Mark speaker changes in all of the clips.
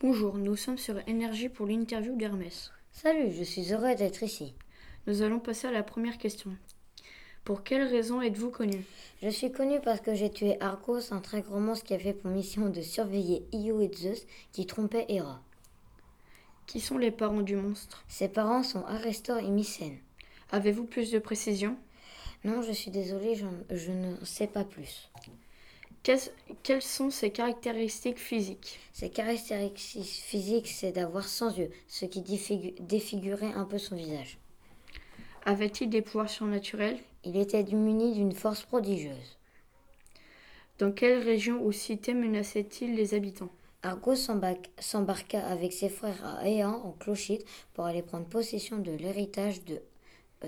Speaker 1: Bonjour, nous sommes sur Énergie pour l'interview d'Hermès.
Speaker 2: Salut, je suis heureux d'être ici.
Speaker 1: Nous allons passer à la première question. Pour quelle raison êtes-vous connu
Speaker 2: Je suis connu parce que j'ai tué Argos, un très grand monstre qui avait pour mission de surveiller Io et Zeus qui trompaient Hera.
Speaker 1: Qui sont les parents du monstre
Speaker 2: Ses parents sont Arestor et Mycène.
Speaker 1: Avez-vous plus de précisions
Speaker 2: Non, je suis désolé, je, je ne sais pas plus.
Speaker 1: Qu'est-ce- Quelles sont ses caractéristiques physiques
Speaker 2: Ses caractéristiques physiques, c'est d'avoir 100 yeux, ce qui défigu- défigurait un peu son visage.
Speaker 1: Avait-il des pouvoirs surnaturels
Speaker 2: Il était muni d'une force prodigieuse.
Speaker 1: Dans quelle région ou cité menaçait-il les habitants
Speaker 2: Argos s'embarqu- s'embarqua avec ses frères à Éan, en Clochite, pour aller prendre possession de l'héritage de,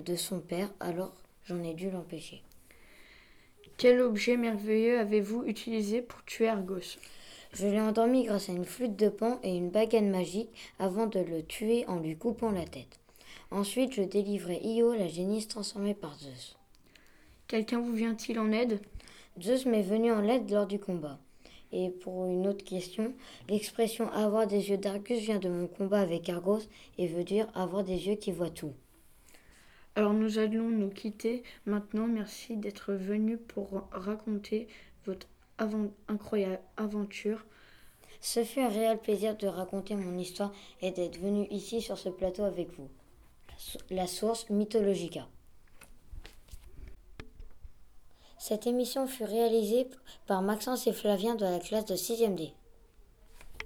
Speaker 2: de son père, alors j'en ai dû l'empêcher.
Speaker 1: Quel objet merveilleux avez-vous utilisé pour tuer Argos
Speaker 2: Je l'ai endormi grâce à une flûte de pan et une bagane magique avant de le tuer en lui coupant la tête. Ensuite, je délivrai Io, la génisse transformée par Zeus.
Speaker 1: Quelqu'un vous vient-il en aide
Speaker 2: Zeus m'est venu en aide lors du combat. Et pour une autre question, l'expression avoir des yeux d'Argus vient de mon combat avec Argos et veut dire avoir des yeux qui voient tout.
Speaker 1: Alors nous allons nous quitter maintenant. Merci d'être venu pour raconter votre avan- incroyable aventure.
Speaker 2: Ce fut un réel plaisir de raconter mon histoire et d'être venu ici sur ce plateau avec vous. La sou- La source Mythologica. Cette émission fut réalisée p- par Maxence et Flavien de la classe de 6e D.